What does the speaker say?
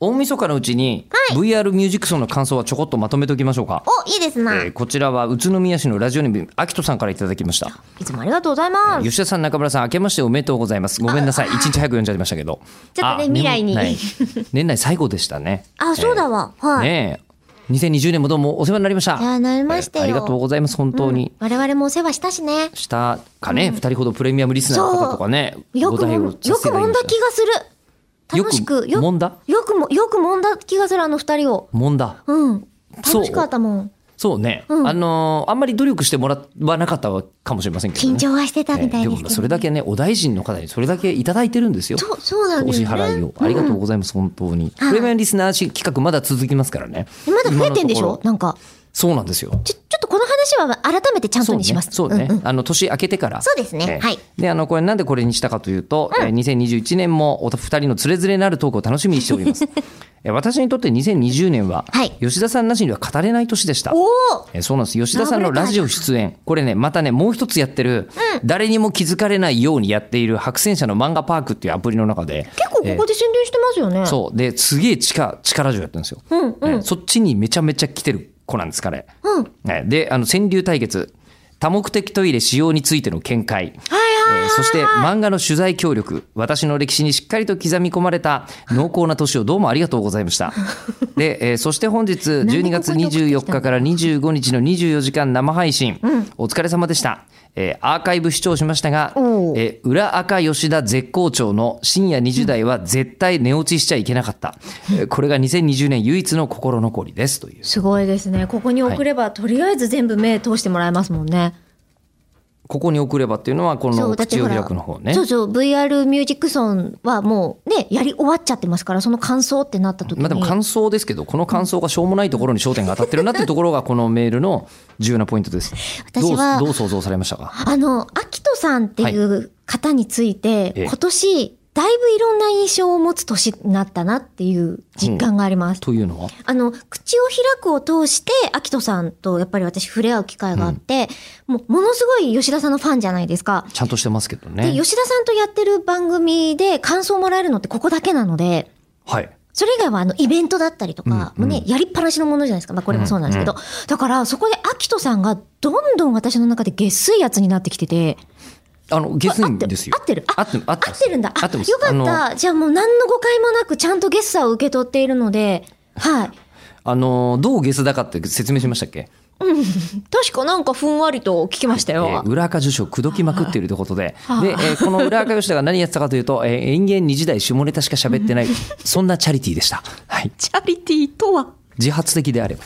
大晦日のうちに VR ミュージックソンの感想はちょこっとまとめておきましょうか、お、いいですな。えーこちらは宇都宮市のラジオネームあきとさんからいただきましたいつもありがとうございます。吉田さん中村さん明けましておめでとうございますごめんなさい一日早く読んじゃいましたけどちょっとねあ未来に年内年内最後でしたねあ、そうだわ。はい。ねえ2020年もどうもお世話になりましたいやなりましたよありがとうございます本当に、我々もお世話したしね。したかね、二人ほどプレミアムリスナーの方とかねよごく対もん、応よさせていたくだもきまんだした気がする。楽しく、よくもんだよくも、よくもんだ気がする、あの二人を。もんだうん。そう楽しかったもん。そうね、うんあのーあんまり努力してもらわなかったかもしれませんけど、ね、緊張はしてたみたいええでもすまけあど。それだけねお大臣の方にそれだけいただいてるんですよそう、そうなんおです支よね。払いをありがとうございます本当に、はいプレミアムリスナーし企画まだ続きますからねまだ増えてんでし今のょところなんか。そうなんですよちょ、ちょっとこの話は改めてちゃんとにします。そうねそうねんんあの年明けてからそうですねはいであのこれなんでこれにしたかというと、えー2021年もお二人のつれづれなるトークを楽しみにしており ますえー私にとって2020年は、はい吉田さんなしには語れない年でしたおおえーそうなんです吉田さんのラジオ出演これねまたねもう一つやってる、誰にも気づかれないようにやっている白戦車の漫画パークっていうアプリの中で結構ここで宣伝してますよね。う。そうですげえ地下地下ラジオやってるんですよ、うんうんねそっちにめちゃめちゃ来てる子なんです彼、うん。ねであの川柳対決多目的トイレ使用についての見解えーそして漫画の取材協力私の歴史にしっかりと刻み込まれ た濃厚な年をどうもありがとうございましたで、えーそして本日12月24日から25日の24時間生配信、お疲れ様でした、えーアーカイブ視聴しましたが、えおーー裏赤吉田絶好調の深夜20代は絶対寝落ちしちゃいけなかった、えーこれが2020年唯一の心残りですというすごいですね。ここに送れば、とりあえず全部目通してもらえますもんね。ここに送ればっていうのはこそうのだって口をほら開くの方ねそうそう、VR ミュージックソンはもうね、やり終わっちゃってますから、その感想ってなった時に。まあでも感想ですけどこの感想がしょうもないところに焦点が当たってるなっていうところがこのメールの重要なポイントですど私うはどう想像されましたかあの、アキトさんっていう方について、ええ今年、だいぶいろんな印象を持つ年になったなっていう実感があります。というのはあの、口を開くを通して、アキトさんとやっぱり私触れ合う機会があって、もう、ものすごい吉田さんのファンじゃないですか。ちゃんとしてますけどで、ね吉田さんとやってる番組で感想もらえるのってここだけなので、はいそれ以外はあのイベントだったりとか、うんうんもうね、やりっぱなしのものじゃないですか。まあこれもそうなんですけど。だから、そこでアキトさんがどんどん私の中で下水やつになってきてて。あのゲスあ合ンってるですよ合ってる合ってる合って合まっすてるんだ。合あってますよかっあのた。じゃあもう何の誤解もなく、ちゃんとゲスさを受け取っているので、はい。あのどうゲスだかって説明しましたっけ確かなんかふんわりと聞きましたよ。えー裏垢受賞口説きまくっているということで、あで、えーこの裏垢吉田が何やってたかというと、えー、園芸二時代下ネタしか喋ってない、そんなチャリティーでした。はい。チャリティーとは自発的であれば。